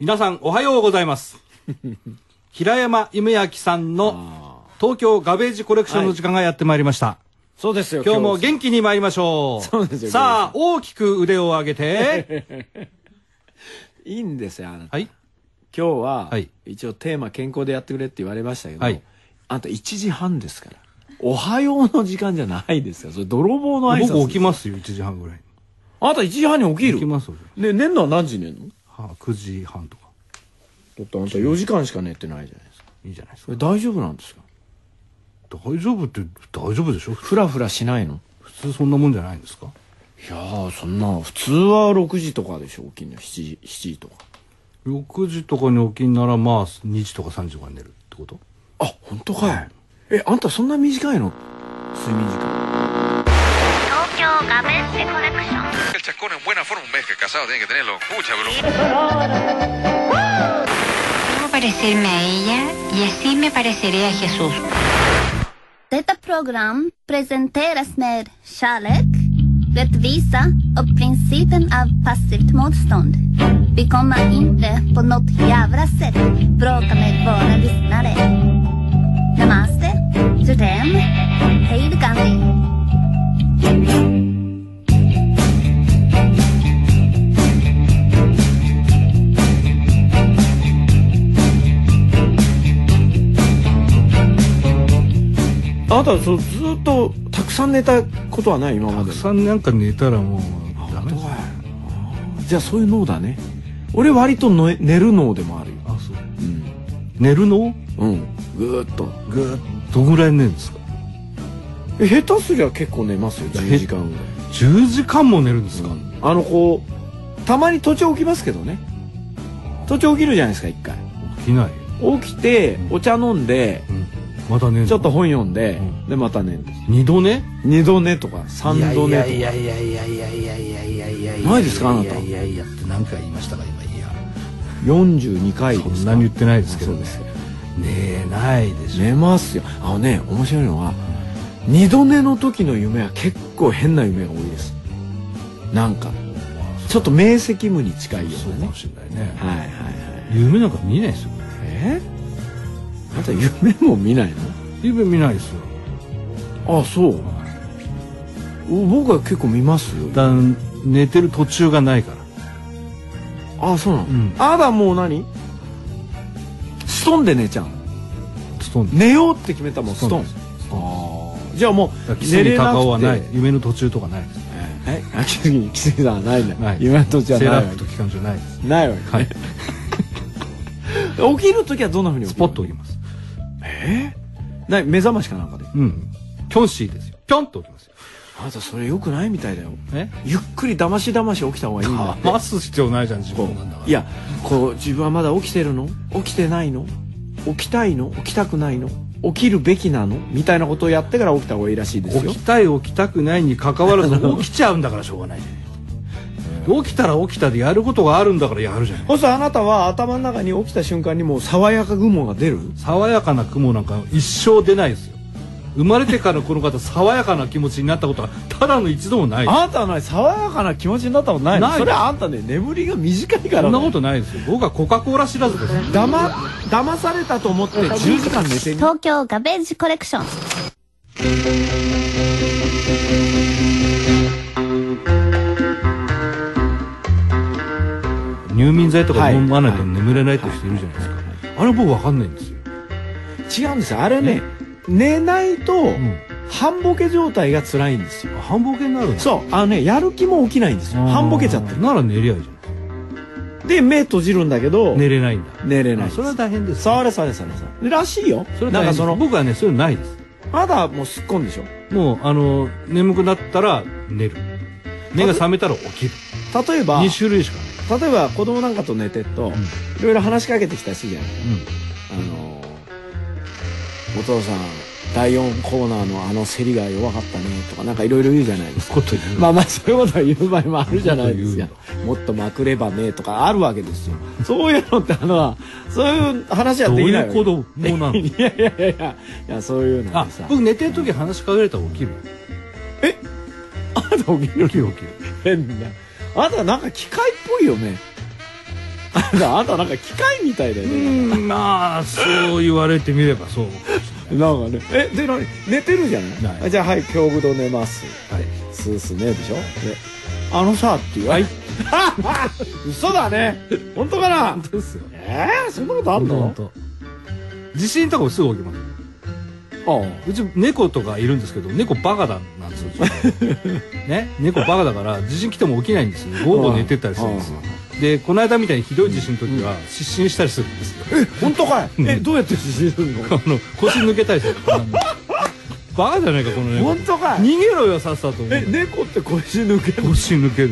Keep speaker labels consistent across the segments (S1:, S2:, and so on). S1: 皆さんおはようございます 平山夢明さんの東京ガベージコレクションの時間がやってまいりました、
S2: そうですよ
S1: 今日も元気に参りましょ
S2: うそうですよ
S1: さあ大きく腕を上げ て
S2: いいんですよあなた、
S1: はい、
S2: 今日は、はい、一応テーマ健康でやってくれって言われましたけど、はい、あんた1時半ですからおはようの時間じゃないですよそれ泥棒の挨拶
S1: 僕起きますよ1時半ぐらい
S2: あなた1時半に起きる
S1: 起きます
S2: ね寝るのは何時寝るの
S1: はあ、9時半とか
S2: だってあんた4時間しか寝てないじゃないですか
S1: いいじゃないです
S2: か大丈夫なんですか
S1: 大丈夫って大丈夫でしょ
S2: ふらふらしないの
S1: 普通そんなもんじゃないんですか
S2: いやそんな普通は6時とかでしょ起きんの7時 ,7 時とか
S1: 6時とかに起きんならまあ2時とか3時とかに寝るってこと
S2: あ本当かよ、はい、えあんたそんな短いの睡眠時間東京ガメンテコレクション El chacón en buena forma, un mes que casado tiene que tenerlo. Pucha, bro.
S3: Debo parecerme a ella y así me pareceré a Jesús.
S4: Detta program presenteras med kärlek, rättvisa och principen av passivt motstånd. Vi kommer inte på något jävla sätt bråka med våra lyssnare. Namaste, Judem, hej Gandhi.
S2: あなたそずっとたくさん寝たことはない今まで
S1: たくさんなんか寝たらもうダメだ
S2: じゃあそういう脳だね俺割との寝る脳でもあるよ、
S1: あそう、うん寝る脳
S2: うんぐーっと
S1: ぐーっとどぐらい寝るんですか
S2: え下手すりゃ結構寝ますよ10時間ぐらい、
S1: 10時間も寝るんですか、うん
S2: あのこうたまに途中起きますけどね途中起きるじゃないですか一回
S1: 起きない
S2: 起きてお茶飲んで、うん
S1: またね
S2: ちょっと本読んで、うん、でまたね
S1: 二度寝
S2: 二度寝とか三度寝とか
S5: いやいやいやいやいやいやいやいやいや
S2: ないですかあなた
S5: いやいやって何回言いましたか今いや
S2: 42回
S1: そんなに言ってないですけど、ね、寝ないでしょ
S2: 寝ますよあのね面白いのは、うん、二度寝の時の夢は結構変な夢が多いですなんかちょっと明晰夢に近いよ、ね、
S1: そうかもしれないね
S2: はいはいはい
S1: 夢なんか見ないですよ
S2: えーあなた夢も見ないの
S1: 夢見ないですよ
S2: あそう僕は結構見ますよ
S1: だ寝てる途中がないから
S2: あそうなの、うん、あだもう何ストンで寝ちゃう
S1: ストン
S2: 寝ようって決めたもんストンああじゃあもう寝れな
S1: くて夢の途中とかないです
S2: え秋月に奇跡はないねない夢の途中はない
S1: セーラー服と期間中ないです
S2: ないわけ、はい、起きる時はどんなふうに
S1: スポッと起きます
S2: えー、な目覚ましかなんかで
S1: うんキョンシーですよピョンと起きますよ
S2: あなたそれよくないみたいだよ
S1: え
S2: ゆっくりだましだまし起きた方がいいんだ
S1: 騙す必要ないじゃん自分なんだから
S2: いやこう自分はまだ起きてるの起きてないの起きたいの起きたくないの起きるべきなのみたいなことをやってから起きた方がいいらしいですよ
S1: 起きたい起きたくないに関わらず起きちゃうんだからしょうがないじゃない起きたら起きたでやることがあるんだからやるじゃない
S2: そしたあなたは頭の中に起きた瞬間にもう爽やか雲が出る
S1: 爽やかな雲なんか一生出ないですよ生まれてからこの方爽やかな気持ちになったことはただの一度もない
S2: あなたはない爽やかな気持ちになったことないないそれはあんたね眠りが短いか
S1: ね、
S2: ら、
S1: そんなことないですよ僕はコカ・コーラ知らずです
S2: だま騙されたと思って10時間寝てみ
S4: 東京ガベージコレクション
S1: 入眠剤とか飲まないと眠れないって人いるじゃないですか、あれ僕分かんないんです
S2: よ違うんですあれね寝ないと、うん、半ボケ状態が辛いんですよ
S1: 半ボケになる
S2: そうあのねやる気も起きないんですよ半ボケちゃって
S1: なら寝りゃいいじゃん
S2: で目閉じるんだけど
S1: 寝れないんだ
S2: 寝れない
S1: それは大変です
S2: それそれそれそれらしいよ
S1: それなんかその僕はねそういうのないです
S2: まだもうすっこんでしょ
S1: もうあの眠くなったら寝る目が覚めたら起きる
S2: 例えば
S1: 2種類しかない
S2: 例えば子供なんかと寝てると、いろいろ話しかけてきたりするじゃない、うん、あのお父さん第4コーナーのあの競りが弱かったねとかなんかいろいろ言うじゃないですか
S1: こと言
S2: うまあまあそういうこと言う場合もあるじゃないですかもっとまくればねとかあるわけですよそういうのってあのはそういう話はできない
S1: どういう子供なの
S2: いやいやいやいやそういうの
S1: あ僕寝てる時話しかけれたら起きる
S2: えあなた起きる
S1: 起きる
S2: 変だあなたなんか機械っぽいよね。あなんかあんたなんか機械みたいだよ
S1: う
S2: ね。
S1: んまあそう言われてみればそう
S2: なんかね。え、で、何寝てるじゃない
S1: ない
S2: あじゃあ、はい、今日ぶど寝ます。
S1: はい
S2: スースーねでしょであのさって言われて。嘘だね。本当かな
S1: ですよ
S2: えー、そんなことあん
S1: ほん
S2: の
S1: と地震とかもすぐ起きます
S2: あ
S1: うち猫とかいるんですけど猫バカだなん ですよちょっとね猫バカだから地震来ても起きないんですよゴーゴー寝てったりするんですよでこの間みたいにひどい地震の時は失神したりするんですよ
S2: あ。本当かいえ、どうやって自信するの
S1: あの腰抜けたり するバカじゃないかこの猫
S2: 本当かい
S1: 逃げろよさっさと思う
S2: え、猫って腰抜ける
S1: 腰抜ける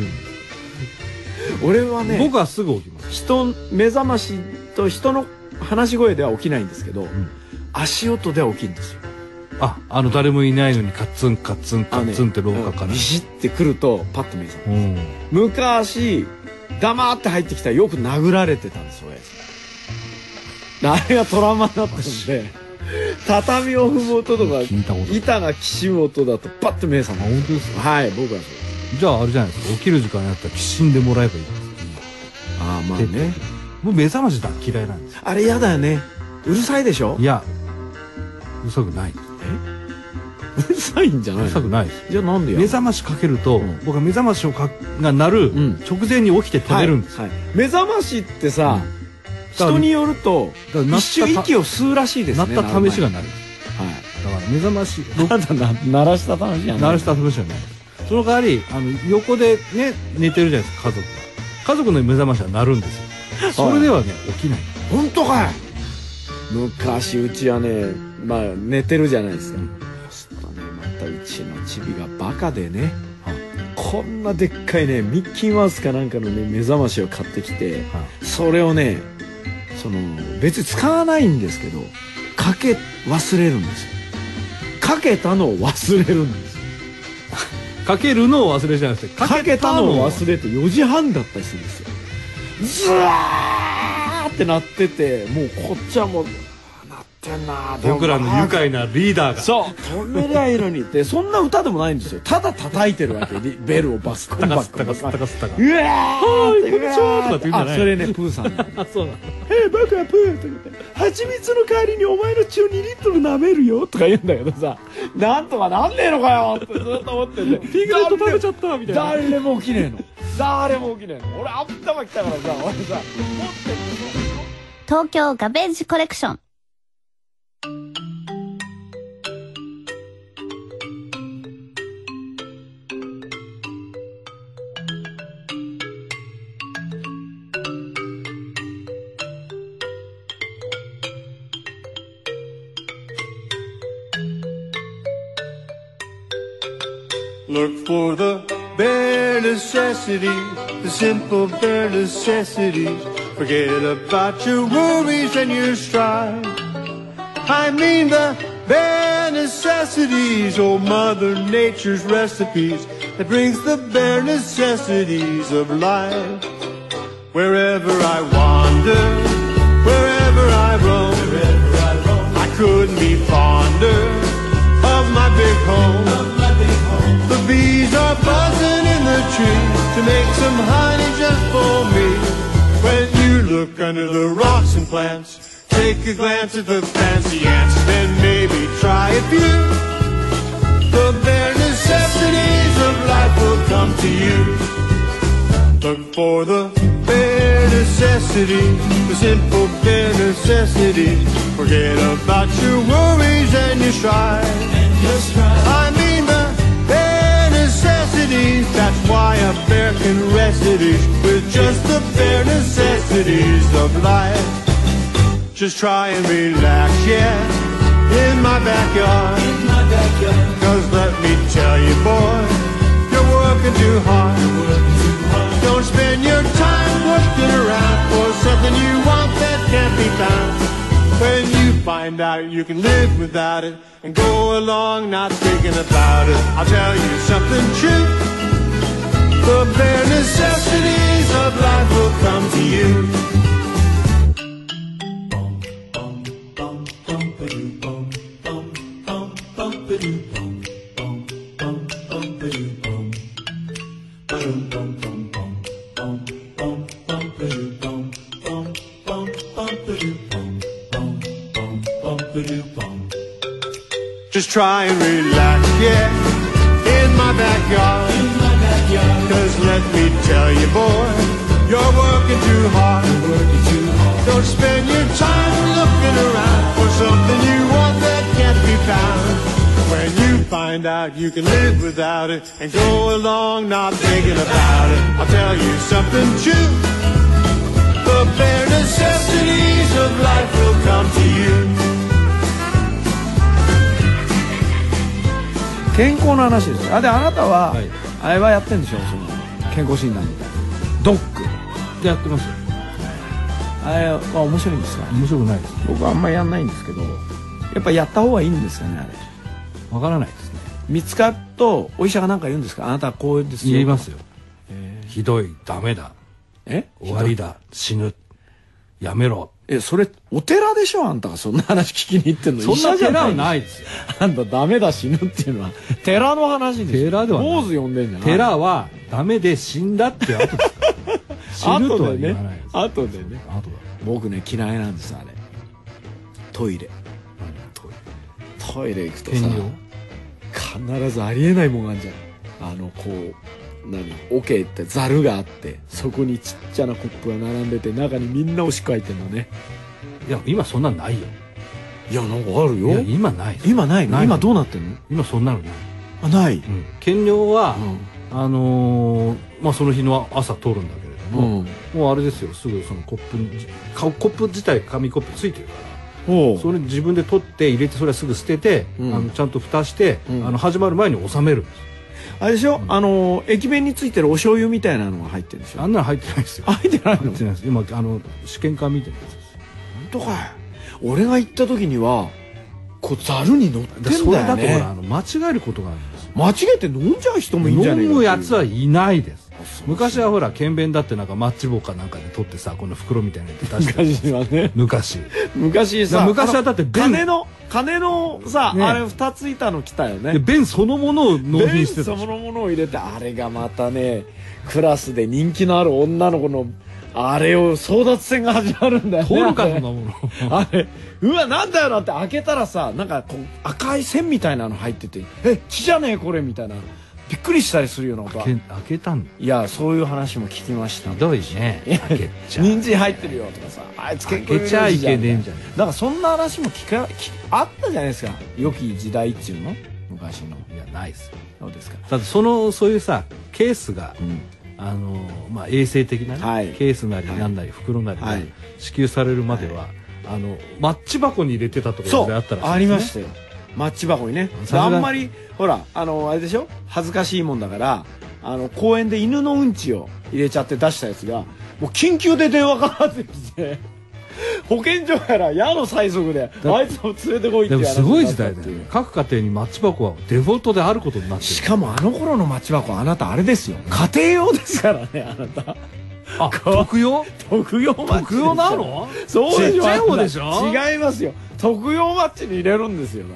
S2: 俺はね、
S1: 僕はすぐ起きます
S2: 人目覚ましと人の話し声では起きないんですけど、足音では起きるんですよ
S1: ああの誰もいないのにカッツンカッツンカッツンって廊下から
S2: ビシッてくるとパッと目覚める
S1: うん
S2: 昔黙って入ってきたらよく殴られてたんですよ親父あれがトラウマになったんで畳を踏む音とか
S1: 聞いたことない
S2: 板がきしむ音だとパッと目覚める
S1: 本当ですか
S2: はい僕はそうです
S1: じゃああれじゃないですか起きる時間になったら死んでもらえばいい
S2: ああまあね
S1: 僕目覚ましだ嫌いなんですよ
S2: あれ嫌だよねうるさいでしょ
S1: いやうるさくないう
S2: るさいんじゃ
S1: う
S2: な
S1: る
S2: い
S1: さくないです
S2: じゃあなんでや
S1: 目覚ましかけると、
S2: ん
S1: 僕は目覚ましをかが鳴る
S2: うん
S1: 直前に起きて止めるんです、
S2: はいはい目覚ましって
S1: だ
S2: さ、
S1: から
S2: 人によると
S1: だから鳴った
S2: 一瞬息を吸うらしいですね
S1: 鳴った試しがな
S2: な
S1: い
S2: はい
S1: だから目覚まし
S2: ただな鳴らした話じゃない
S1: 鳴らした試しがないその代わりあの横でね寝てるじゃないですか家族が家族の目覚ましは鳴るんですよそれではね起きない
S2: 本当かい昔うちはねまあ寝てるじゃないですか、そしたらねまたうちのチビがバカでね、こんなでっかいねミッキーマウスかなんかのね目覚ましを買ってきて、
S1: は
S2: それをねその別に使わないんですけどかけ忘れるんですよかけたのを忘れるんですよ
S1: かけるのを忘れちゃいまして
S2: かけたのを忘
S1: れ
S2: れて4時半だったりするんですよズワーってなっててもうこっちはもうあーなってんなーでも
S1: 僕らの愉快なリーダーが
S2: そう止めりゃいいのにってそんな歌でもないんですよただ叩いてるわけにベルをバスコンバ
S1: タ
S2: ッ
S1: カ
S2: コ
S1: スタ
S2: ン
S1: カ
S2: バ
S1: ス
S2: ス
S1: タカスタカ
S2: うわーって
S1: こんにちはとかって言うんじゃない
S2: あそれねプーさんだ
S1: あそうな
S2: えー、バカプーとか言って蜂蜜の代わりにお前の血を2リットル舐めるよとか言うんだけどさなんとかなんねえのかよってずっと思ってて
S1: ピンクレット食べちゃったみたいな
S2: 誰も起き ねえの誰も起きねえの俺頭きたからさ俺さ
S4: 東京ガベージコレクション。
S6: Look for the bare necessities, the simple bare necessities. Forget about your worries and your strife. I mean the bare necessities, oh Mother Nature's recipes that brings the bare necessities of life. Wherever I wander, wherever I roam, I couldn't be fonder of my big home. The bees are buzzing in the tree to make some honey just for me. When you look under the rocks and plants, take a glance at the fancy ants, then maybe try a few. The bare necessities of life will come to you. Look for the bare necessities, the simple bare necessities. Forget about your worries and your strife. I mean the bare necessities. That's why a bear can rest at ease with just the bare necessities of life. Just try and relax, yeah, in my backyard. Cause let me tell you, boy, you're working too hard. Don't spend your time looking around for something you want that can't be found. When you find out you can live without it and go along not thinking about it, I'll tell you something true. The bare necessities of life will come to you. Just try and relax, yeah, in my backyard. Cause let me tell you, boy, you're working too hard. Don't spend your time looking around for something you want that can't be found. When you find out you can live without it and go along not thinking about it, I'll tell you something true. The bare necessities of life will come to you.
S2: 健康の話ですよあであなたは、
S1: はい
S2: あれはやってんでしょその健康診断みたいなドック
S1: でやってますよ
S2: あれは面白いんですか
S1: 面白くないです
S2: 僕はあんまりやんないんですけどやっぱやった方がいいんですかねあれ
S1: わからないですね
S2: 見つかるとお医者が何か言うんですかあなたはこうですよ
S1: 言いますよひどいダメだ
S2: え
S1: 終わりだ死ぬやめろ
S2: えそれお寺でしょあんたがそんな話聞きに行ってんの
S1: そん
S2: 医者
S1: な
S2: じゃ
S1: 寺はいないですよ
S2: あんたダメだ死ぬっていうのは寺の話でしょ
S1: 寺ではない
S2: 坊主呼んでんじゃない
S1: 寺はダメで死んだって 後ですから死ぬとは
S2: 後で
S1: 言わない
S2: ね
S1: です
S2: 後でね
S1: 後だ
S2: 僕ね嫌いなんですあれトイレトイレ行くと
S1: 天
S2: さ
S1: 井
S2: 必ずありえないもんがあんじゃんあのこう何オケってザルがあってそこにちっちゃなコップが並んでて中にみんなおしっこ入ってんのね
S1: いや今そんなんないよ
S2: いやなんかある
S1: いや今ないです
S2: 今ないの
S1: ないの
S2: 今どうなってんの
S1: 今そんなのない、
S2: あない
S1: 兼業は、
S2: う
S1: あのーまあ、その日の朝取るんだけれども、
S2: うん
S1: もうあれですよすぐそのコップにかコップ自体紙コップついてるから
S2: おう
S1: それ自分で取って入れてそれはすぐ捨てて、
S2: うん
S1: あのちゃんと蓋して、
S2: うん
S1: あの始まる前に収めるんです
S2: あれでしょあの駅弁についてるお醤油みたいなのが入ってるでしょ
S1: あんなの入ってないですよ
S2: 入ってないの
S1: 入ってないです今あの試験管みたいなやつです
S2: とかい俺が行った時にはこうざるに乗ってん
S1: でそれ
S2: だよ
S1: だとほ
S2: ね
S1: らあの間違えることがあるんですよ
S2: 間違えて飲んじゃう人もいいんじゃねえ
S1: 飲
S2: か
S1: むやつはいないです
S2: そう
S1: 昔はほら剣弁だってなんかマッチ棒かなんかで取ってさこの袋みたいなやつ出して た
S2: 昔はね
S1: 昔
S2: 昔
S1: だ
S2: さ
S1: から昔はだって
S2: あの
S1: 弁
S2: 金の金のさ、
S1: ね
S2: あれ二ついたの来たよ
S1: で
S2: ね
S1: 弁そのものを納品してた
S2: そ
S1: でしょ
S2: のものを入れてあれがまたねクラスで人気のある女の子のあれを争奪戦が始まるんだよね
S1: 取るか
S2: あ
S1: そ
S2: れ
S1: んな もの
S2: あれうわなんだよなって開けたらさなんかこう赤い線みたいなの入っててえ血じゃねえこれみたいなびっくりしたりするようなことは
S1: け開けたんだ
S2: いやそういう話も聞きました
S1: ひどいね開けち ゃう
S2: 人参入ってるよとかさあいつ結構
S1: 開けちゃいけねえんじゃね
S2: だからそんな話も聞か聞あったじゃないですか良き時代っちゅうの昔の
S1: いやないですよ
S2: どうですか
S1: だってそのそういうさケースが、
S2: ん
S1: あのまあ、衛生的なね、
S2: はい
S1: ケースなりなんなり袋なりが
S2: はい
S1: 支給されるまでは、あのマッチ箱に入れてたとこ
S2: そ
S1: ろ
S2: う
S1: であったらしいですね
S2: ありましたよマッチ箱にね
S1: さすが
S2: あんまりほらあのあれでしょ恥ずかしいもんだからあの公園で犬のうんちを入れちゃって出したやつがもう緊急で電話かかってきて 保健所から矢の催促であいつを連れてこいって
S1: でも
S2: 話
S1: す
S2: に
S1: ごい
S2: なっ
S1: 時
S2: たっ
S1: 代
S2: て
S1: だ
S2: う
S1: よね各家庭にマッチ箱はデフォルトであることになって
S2: し
S1: る
S2: かもあの頃のマッチ箱あなたあれですよ家庭用ですからねあなた
S1: あ特用
S2: 特用マッチ
S1: 特用なの
S2: そうでし
S1: ちっ
S2: ょ
S1: ちゃい方
S2: あんた
S1: でしょ
S2: 違いますよ特用マッチに入れるんですよだっ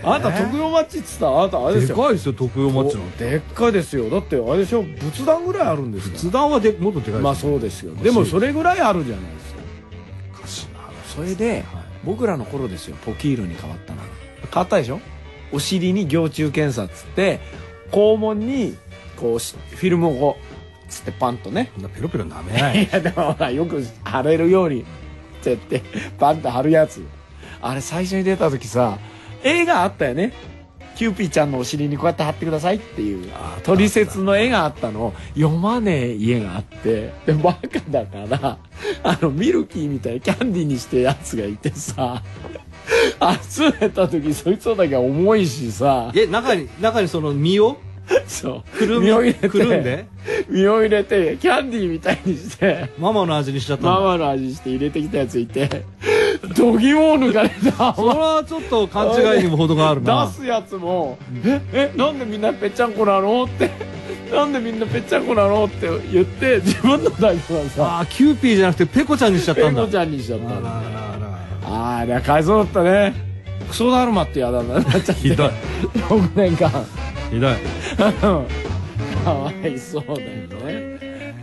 S2: てあなた特用マッチっつったらあなたあれで
S1: です
S2: よ
S1: かいですよ特用マッチなんて
S2: でっかいですよだってあれでしょ仏壇ぐらいあるんですよ
S1: 図壇はでもっとでかい
S2: まあ
S1: です
S2: そうですよでもそれぐらいあるじゃないですか
S1: おかしいな
S2: それで、
S1: はい
S2: 僕らの頃ですよポキールに変わったの変わったでしょお尻に蟯虫検査っつって肛門にこうしフィルムをこうつってパンとね
S1: そんなペロペロ舐めない
S2: いやでもほらよく貼れるようにってってパンと貼るやつあれ最初に出た時さ映画あったよねキューピーちゃんのお尻にこうやって貼ってくださいっていうトリセツの絵があったのを読まねえ家があってでバカだからあのミルキーみたいなキャンディーにしてやつがいてさ集めた時そいつのだけは重いしさ
S1: え中に中にその身を
S2: そう
S1: くるみ
S2: 身を入れて
S1: くるんで
S2: 身を入れてキャンディーみたいにして
S1: ママの味にしちゃったんだ
S2: ママの味して入れてきたやついて度肝を抜かれた
S1: それはちょっと勘違いにも程があるな
S2: 出すやつも「ええなんでみんなぺっちゃんこなの?」って「なんでみんなぺっちゃんこなの?」って言って自分のだけはさ
S1: あーキューピーじゃなくてペコちゃんにしちゃった
S2: ペ
S1: んだ
S2: コちゃんにしちゃった
S1: あら
S2: の
S1: あらあら
S2: ああだかわいそうだったねクソだるまってやだなっ ちゃって
S1: ひどい
S2: 6年間
S1: ひどい
S2: うん かわいそうだよね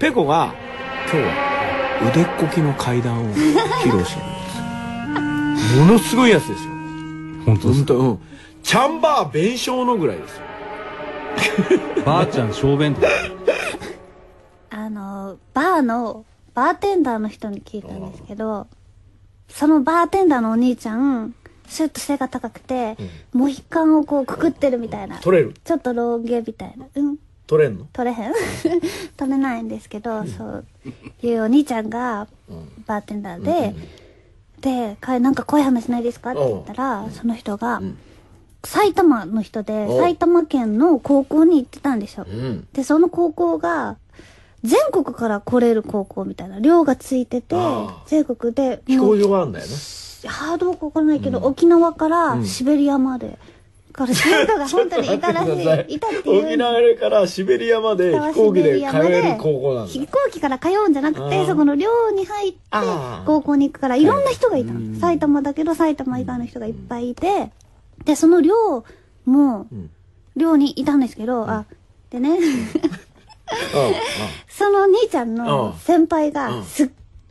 S2: 猫が今日は腕っこきの階段を披露してるんですよものすごいやつですよ
S1: 本当で
S2: 本
S1: す
S2: 当うんチャンバー弁償のぐらいですよ
S1: ばあちゃん小便とか
S4: あの、バーの、バーテンダーの人に聞いたんですけど、そのバーテンダーのお兄ちゃん、シュッと背が高くて、モヒカンをこうくくってるみたいな。
S2: 取れる
S4: ちょっとロン毛みたいな。うん。
S2: 取れんの
S4: 取れへん 取れないんですけど、そういうお兄ちゃんがバーテンダーで、でか「なんか怖い話ないですか?」って言ったら、その人が、埼玉の人で
S2: お
S4: 埼玉県の高校に行ってたんですよ、
S2: ん
S4: でその高校が全国から来れる高校みたいな寮がついてて
S2: あ
S4: 全国で
S2: 飛行
S4: もう
S2: 場があるんだよね
S4: ハードかわからないけど、沖縄からシベリアまで、から 生徒が本当にいたらしいいたっていう
S2: 沖縄からシベリアまで飛行機で通える高校なんだ
S4: 飛行機から通うんじゃなく
S2: あ
S4: て
S2: ー
S4: そこの寮に入って
S2: あー
S4: 高校に行くからいろんな人がいたの埼玉だけど埼玉以外の人がいっぱいいてでその寮も
S2: ん
S4: 寮にいたんですけどあでね
S2: うんうん
S4: その兄ちゃん
S2: う
S4: の
S2: ん
S4: 先輩
S2: う
S4: が
S2: ん
S4: すっ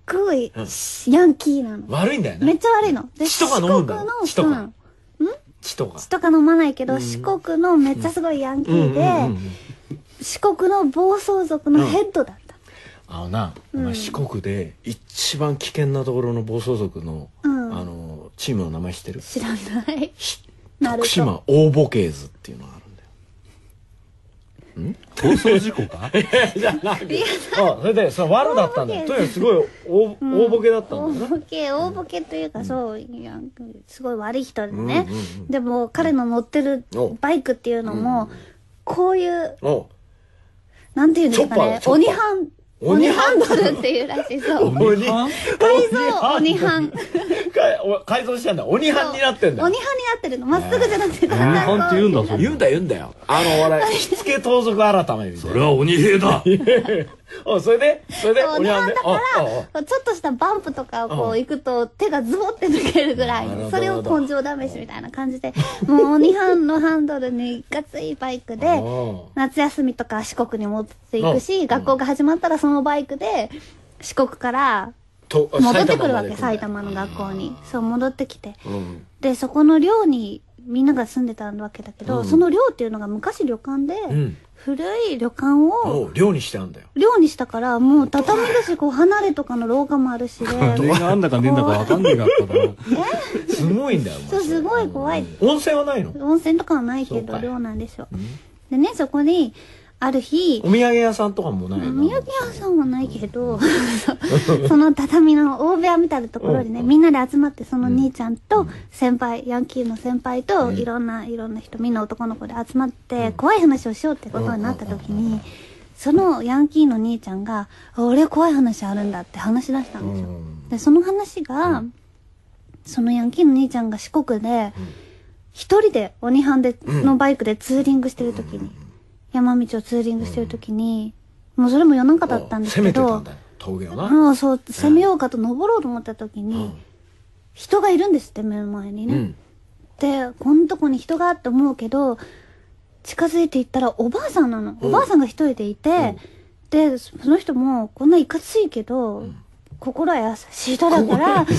S4: ごい
S2: うん
S4: ヤンキーなの
S2: 悪いんだよ
S4: めっ
S2: ね
S4: ちゃ悪いので
S2: 血とか飲むんだ
S4: 四国
S2: ろ血とか
S4: のうん
S2: 血とか
S4: 血とか飲まないけど、四国のめっちゃすごいヤンキーで、四国の暴走族のヘッドだった。
S2: あのな、お前四国で一番危険なところの暴走族の、
S4: うん
S2: あのチームの名前知ってる
S4: 知らない。
S2: し
S4: なると
S2: 徳島大ボケーズっていうのがあるんだよ
S1: 放送事故 か
S2: じゃあなんであそれでその悪だったんだよとにかくすごい大,、大ボケだった
S4: 大
S2: んだよ
S4: ボケ、大ボケというか、そう、いやすごい悪い人でね。でも、彼の乗ってる
S2: お
S4: バイクっていうのも、こういう、
S2: なお
S4: なんていうんですかね、
S2: チョッパー
S4: 鬼
S2: チョッパ
S4: ハン、
S2: 鬼
S4: 鬼
S2: ハ
S4: ハ
S2: ン
S4: ン
S2: ド
S4: ドルっていうらしい、そう。
S2: 鬼
S1: ハン
S4: 改造鬼ハン。
S2: 改改造したんだ鬼
S4: そう
S2: ハンになってんだよ
S4: 鬼ハンになってるの。まっすぐじゃなくて、だん
S1: 鬼
S4: だんこ
S1: 班って言うんだそ
S2: 言うんだ言うんだよあの笑い火付け盗賊改めみたい
S1: そ
S2: な
S1: れは鬼兵だ
S2: おそれでそれで
S4: そう、日本
S2: で
S4: だ
S2: お
S4: から、ちょっとしたバンプとかをこ
S2: う
S4: う行くと手がズボって抜けるぐらい
S2: なるほど、
S4: それを根性試しみたいな感じで、もう2班のハンドルにガツいバイ クで
S2: おう、
S4: 夏休みとか四国に持っていく
S2: う
S4: し、
S2: ん
S4: 学校が始まったらそのバイクで四国から
S2: と
S4: 戻ってくるわけ、埼
S2: 埼玉
S4: 玉
S2: まで
S4: の
S2: 来
S4: 学校に。そう、戻ってきて。
S2: るうん
S4: で、そこの寮にみんなが住んでたわけだけど、その寮っていうのが昔旅館で、
S2: ん
S4: 古い旅館を、
S2: もう寮にしてあんだよ
S4: 寮にしたから、もう畳だし、こう、離れとかの廊下もあ るしで、
S1: 金があんだかねえんだかわかんねえかったな
S2: すごいんだよお前
S4: そう、すごい怖い。
S2: 温泉はないの
S4: 温泉とかはないけ
S2: そうか
S4: ど、
S2: い
S4: 寮なんですよ。でね、そこに、ある日、
S2: お土産屋さんとかもない
S4: お
S2: の
S4: 土産屋さんはないけど、 その畳の大部屋みたいなところでね、みんなで集まって、その兄ちゃんと先輩、ヤンキーの先輩と、いろんな、いろんな人、みんな男の子で集まって、怖い話をしようってことになった時に、そのヤンキーの兄ちゃんが、あ俺怖い話あるんだって話し出したんですよ。で、その話が、そのヤンキーの兄ちゃんが四国で、一人で鬼ハンで、のバイクでツーリングしてる時に、山道をツーリングしてる時に、もうそれも夜中だったんです
S2: 攻
S4: け
S2: めてた
S4: ど
S2: んだ、よ峠をな
S4: もうそう、攻めようかと登ろうと思った時に、人がいるんですって、目の前にね。
S2: ん
S4: で、こんとこに人がって思うけど、近づいていったらおばあさんなの。おばあさんが一人でいて、で、その人も、こんないかついけど、心は優しい人だから、ど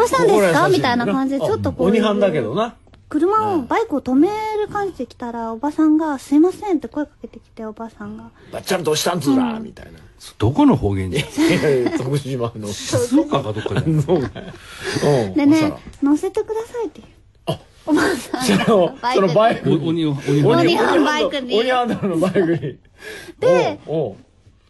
S4: うしたんですかみたいな感じで、ちょっとこう。
S2: 鬼班だけどな
S4: 車を、バイクを止める感じで来たら、おばさんが、すいませんって声かけてきて、おばさんが。
S2: ばっちゃんどうしたんずらみたいな
S1: どこの方言じゃん
S2: 徳島の
S1: 静岡かどっかじゃん
S2: うん
S4: で
S2: お
S4: ね
S2: 皿、
S4: 乗せてくださいって言う。おばあさんが。
S2: そのそのバイ
S1: お
S2: ク
S1: 鬼を鬼を
S4: 鬼ハンバイクに
S2: 鬼ハンドルのバイクに
S4: で
S2: おうおう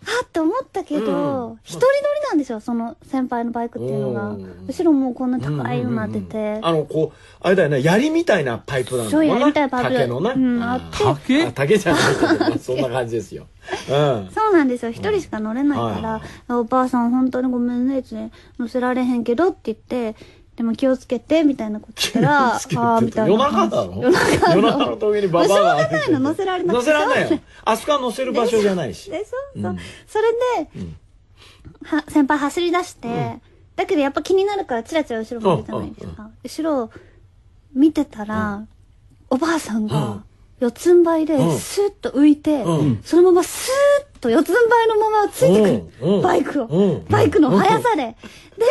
S4: あって思ったけど、一人乗りなんですよ、その先輩のバイクっていうの
S2: う
S4: が
S2: ん。
S4: 後ろもうこんな高いのになってて。
S2: あのこうあれだよね槍みたいなパイプなんだ
S4: そう
S2: もん
S4: やりたいバイク。
S2: 竹のね
S4: うん、あって。
S1: 竹
S2: あ竹じゃないけど まあそんな感じですようん
S4: そうなんですよ。一人しか乗れないか
S2: はいは
S4: ら、おばあさん本当にごめんね、って乗せられへんけどって言って、でも気をつけて、みたいなこと言ったら、あ
S2: つけて
S4: あー、みたいな
S2: 夜中
S4: 感じ。
S2: だろ
S4: 夜中
S2: 夜
S4: の
S2: 中の峠にババアが歩いて
S4: もうしょうがないの乗せられなくて
S2: 乗せられないよあそこは乗せる場所じゃないし
S4: でそうそう、それで、は先輩走り出して、だけどやっぱ気になるからチラチラ後ろ見るじゃないですか、後ろ見てたら、おばあさんが四つん這いでスーッと浮いて、そのままスーッと四つん這いのままついてくる、バイクを、バイクの速さで、で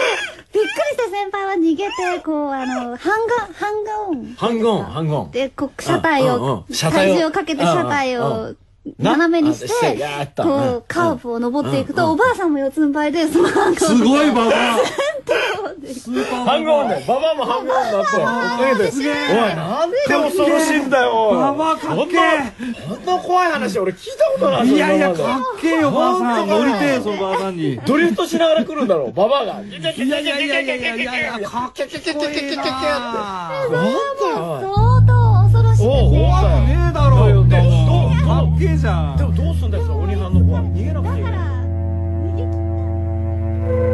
S4: びっくりして先輩は逃げてこうあのハンガハンガオン
S2: ハンゴン、ハンゴン。
S4: でこう車体
S2: うんうん
S4: を
S2: うん車体を
S4: 体重をかけて車体
S2: うんう
S4: を
S2: な
S4: 斜めにし
S2: あして
S4: て
S2: やったう
S4: こ
S2: ん
S4: うカーブを登っていくとおばあさんも四つん這いでそのハンガ
S1: す
S4: オン
S1: ごい ババア
S2: ハンゴンで、ババアもハンゴンになって、おかげで。おい、なんて恐ろしいんだよ。おい
S1: ババアかっけ
S2: こんな怖い話俺聞いたことない
S1: え
S2: ぞ
S1: いやいや
S2: 今ま
S1: かっ
S2: で
S1: けえよばあさん
S2: 本当だよ
S1: 乗りてえよそのばあさんに
S2: ドリフトしながら来るんだろうババアがいやい
S1: いやいやいやいやいやいやいやかっけえな
S2: よ
S4: 相当恐ろしい
S2: おう
S4: ですね
S2: おう
S1: 怖くねえだろうよでも
S2: どう
S1: かっけえじゃん
S2: でもどうすんだよその鬼さんの子は逃げなくていい
S4: だ
S2: よ
S4: から逃げ切った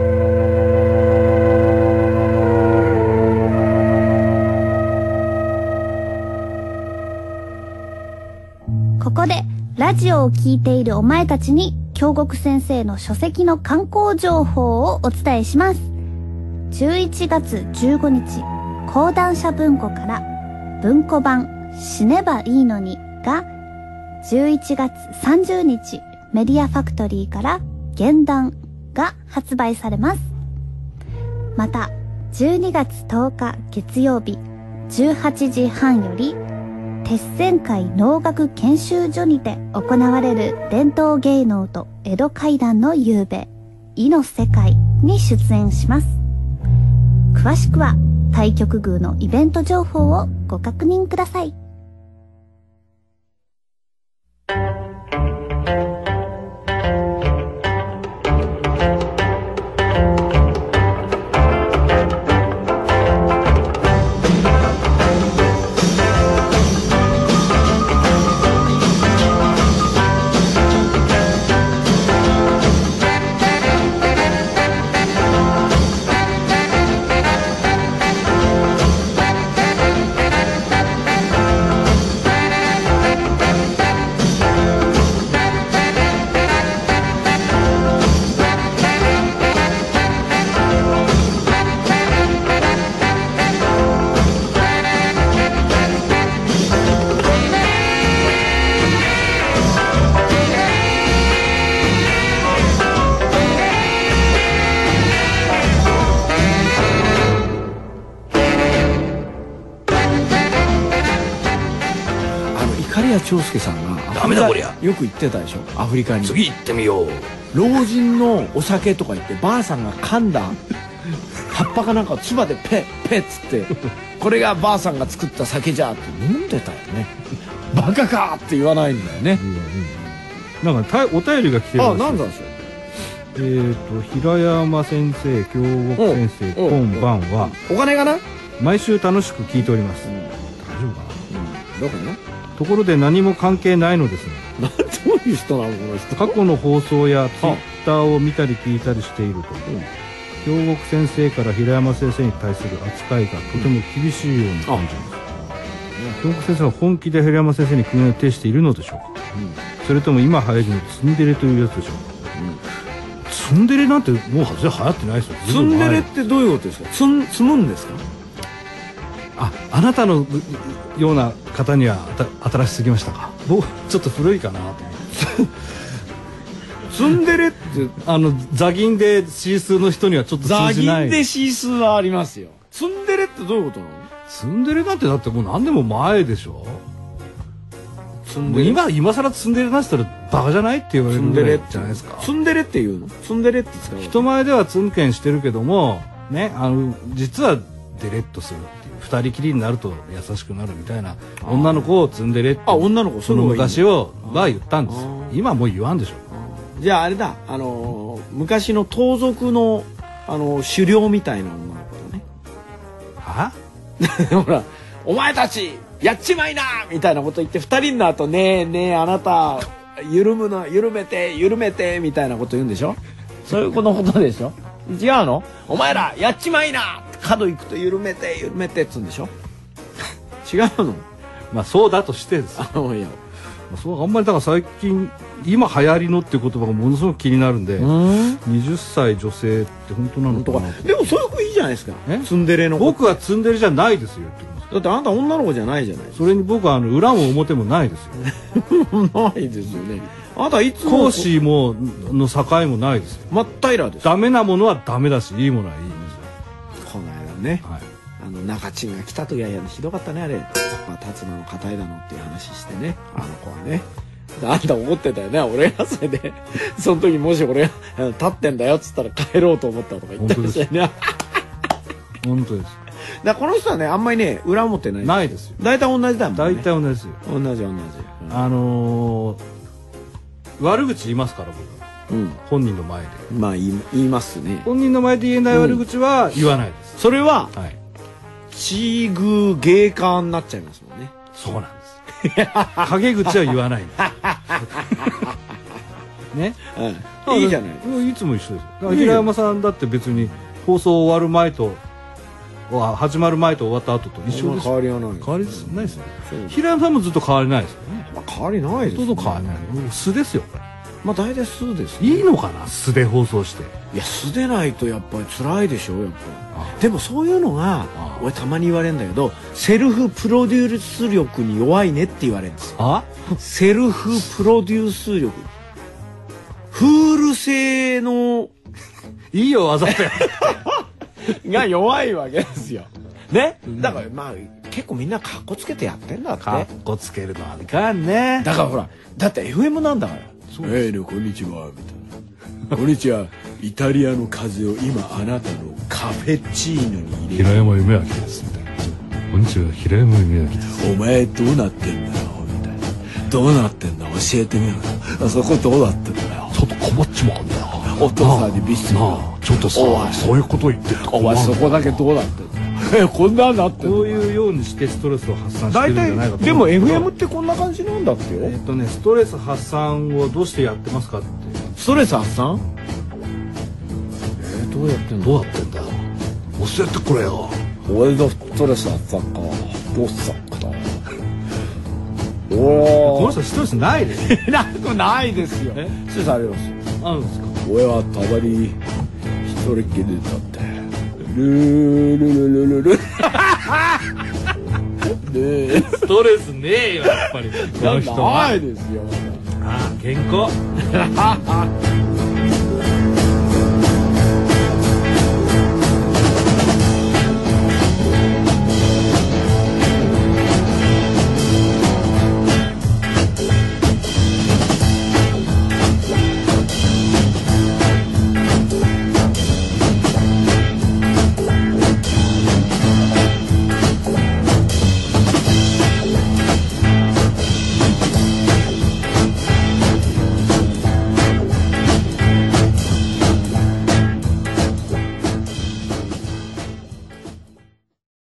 S4: ここで、ラジオを聞いているお前たちに、京極先生の書籍の観光情報をお伝えします。11月15日、講談社文庫から、文庫版、死ねばいいのに、が、11月30日、メディアファクトリーから、現談が発売されます。また、12月10日月曜日、18時半より、鉄線会能楽研修所にて行われる伝統芸能と江戸会談の夕べ、異の世界に出演します。詳しくは、対局宮のイベント情報をご確認ください。
S2: あのイカリア長介さんが
S5: ダメだこりゃ
S2: よく行ってたでしょアフリカに
S5: 次行ってみよう
S2: 老人のお酒とか言ってばあさんが噛んだ葉っぱかなんかを唾でペッペッつってこれがばあさんが作った酒じゃって飲んでたよねバカかって言わないんだよね
S1: なんかたお便りが来てる
S2: あ
S1: らしい
S2: なんだそれ
S1: えー、と平山先生京極先生
S2: うん
S1: こんばんは
S2: お金がな、うん、
S1: 毎週楽しく聞いております大丈夫か
S2: どこね
S1: なところで何も関係ないのですね
S2: なん どういう人なのこの人
S1: 過去の放送やツイッターを見たり聞いたりしていると京極先生から平山先生に対する扱いがとても厳しいように感じます京極先生は本気で平山先生に苦言を呈しているのでしょうか、それとも今流行りのツンデレというやつでしょうか、ツンデレなんてもう全然流行ってないですよ
S2: ツンデレってどういうことですかツン積むんですか
S1: ああなたのううような方にはあた新しすぎましたか僕ちょっと古いかなと思って
S2: ツンデレって
S1: あの座銀でシースーの人にはちょっと
S2: ザ
S1: 通
S2: ギ
S1: じな
S2: ン
S1: い
S2: でシースーはありますよツンデレってどういうことなの
S1: ツンデレなんてだってもう何でも前でしょ
S2: ツン
S1: もう今今更ツンデレなんて言ったらバカじゃないって言われ
S2: ツ
S1: る
S2: ン
S1: ん
S2: デレっ
S1: じ
S2: て
S1: ゃないですか
S2: ツンデレっていうのツンデレって使う
S1: 人前ではツンケンしてるけどもねあの実はデレッとするっていう二人きりになると優しくなるみたいな女の子をツンデレって
S2: あ女の子
S1: その
S2: 方がいい
S1: 昔をは言ったんですよ今はもう言わんでしょ
S2: じゃああれだあのー昔の盗賊のあのー狩猟みたいな女の子
S1: は
S2: だね ほら「お前たちやっちまいな!」みたいなこと言って二人になると「ねえねえあなた緩むな緩めて緩めて」みたいなこと言うんでしょそういう子のことでしょ違うの「お前らやっちまいな!」角行くと緩めて緩めてっつうんでしょ違うの
S1: まあそうだとしてですよ
S2: あのいや
S1: まあそうあんまりだから最近今流行りのっていう言葉がものすごく気になるんで20歳女性って本当なの
S2: と
S1: か
S2: か
S1: な
S2: でもそういう子いいじゃないですか
S1: え
S2: ツンデレの子
S1: 僕はツンデレじゃないですよって言うんですよ
S2: だってあなた 女の子じゃないじゃないですか
S1: それに僕はあの裏も表もないですよ
S2: ないですよねあなたいつも
S1: 講師もの境もないですよ
S2: 真っ平らです
S1: ダメなものはダメだしいいものはいいんですよ
S2: この間ね
S1: はい
S2: あの中地が来た時はひどかったねあれ、まあ、達馬の硬いだのっていう話してねあの子はねであんた怒ってたよね俺がそれでその時もし俺があの立ってんだよっつったら帰ろうと思ったとか言ってましたよねだか
S1: 本当です
S2: らこの人はねあんまりね裏表ない
S1: ないですよ
S2: 大体同じだもんね
S1: 大体同じですよ
S2: 同じ同じ
S1: あのー悪口言いますから僕は
S2: うん、
S1: 本人の前で
S2: うん、まあ言い言いますね
S1: 本人の前で言えない悪口は言わないです、
S2: それは
S1: はい
S2: チーグーゲーカーになっちゃいますもんね
S1: そうなんです 陰口は言わないんです ね
S2: うんいいじゃない
S1: いいつも一緒ですよだから平山さんだって別に放送終わる前とわ始まる前と終わった後と一緒です
S2: 変
S1: よ
S2: わりはない
S1: 変わりですないですよね
S2: そう
S1: 平山さんもずっと変わりないですよね
S2: まあ変わりないです
S1: ほ
S2: ね
S1: とんど変わりないもう素ですよこれ
S2: まあ大体素です
S1: いいのかな素で放送して
S2: いや素でないとやっぱり辛いでしょやっぱりでもそういうのが
S1: あ
S2: 俺たまに言われるんだけどセルフプロデュース力に弱いねって言われるんですよ
S1: あ
S2: セルフプロデュース力フール性の
S1: いいよわざとや
S2: が弱いわけですよねだからまあ結構みんなかっこつけてやってんだって
S1: かっこつけるのはいかんね
S2: だからほらだって FM なんだから
S1: そう
S7: ええねこんにちはみたいなこんにちはイタリアの風を今あなたのカフェチーノに入れ
S1: 平山夢明ですみたいなこんにちは平山夢明です
S7: お前どうなってんだよみたいなどうなってんだ教えてみろよあそこどうなってんだよ
S5: ちょっと困っちまうんだよ
S7: お父さんにビス
S5: なあちょっとさそういうこと言ってると困る
S7: こだけどうなってんだよえこんなんなってんだ
S1: こういうようにしてストレスを発散してるん
S2: 大
S1: じゃ
S2: 体
S1: ないかと
S2: で
S1: 思
S2: も
S1: うんすけど
S2: FM ってこんな感じなんだってよ
S1: えっとねストレス発散をどうしてやってますかって
S2: ストレス発散えー、どうやってん
S5: どうやってんだよ教えてくれよ
S2: 俺のストレス発散かどうしたかな お
S1: この人ストレ スないですよ
S2: なくないですよ
S1: え
S2: ストレスあります
S1: あるんですか
S7: 俺はたまに一人っきりになってルールルルル ルねえ
S1: ストレスねえよやっぱりこの人は
S2: ないですよ
S1: ああ健康